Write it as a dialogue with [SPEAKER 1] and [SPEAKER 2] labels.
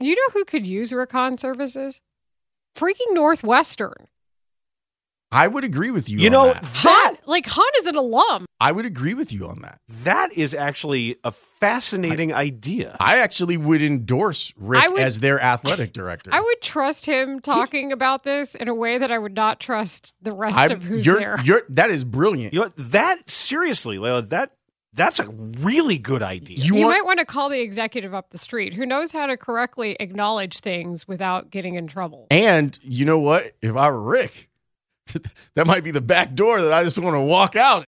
[SPEAKER 1] You know who could use recon services? Freaking Northwestern.
[SPEAKER 2] I would agree with you.
[SPEAKER 3] You
[SPEAKER 2] on
[SPEAKER 3] know
[SPEAKER 2] that.
[SPEAKER 3] that
[SPEAKER 1] Han, like Han is an alum.
[SPEAKER 2] I would agree with you on that.
[SPEAKER 3] that is actually a fascinating idea.
[SPEAKER 2] I actually would endorse Rick
[SPEAKER 1] would-
[SPEAKER 2] as their athletic director.
[SPEAKER 1] I would trust him talking about this in a way that I would not trust the rest
[SPEAKER 2] I'm-
[SPEAKER 1] of who's
[SPEAKER 2] you're,
[SPEAKER 1] there.
[SPEAKER 2] you're- that is brilliant.
[SPEAKER 3] you know that seriously, Leila, that that's a really good idea.
[SPEAKER 2] You
[SPEAKER 1] you
[SPEAKER 2] want
[SPEAKER 1] might want to call the executive up the street who knows how to correctly acknowledge things without getting in trouble.
[SPEAKER 2] and you know what? If I were Rick, that might be the back door that I just want to walk out.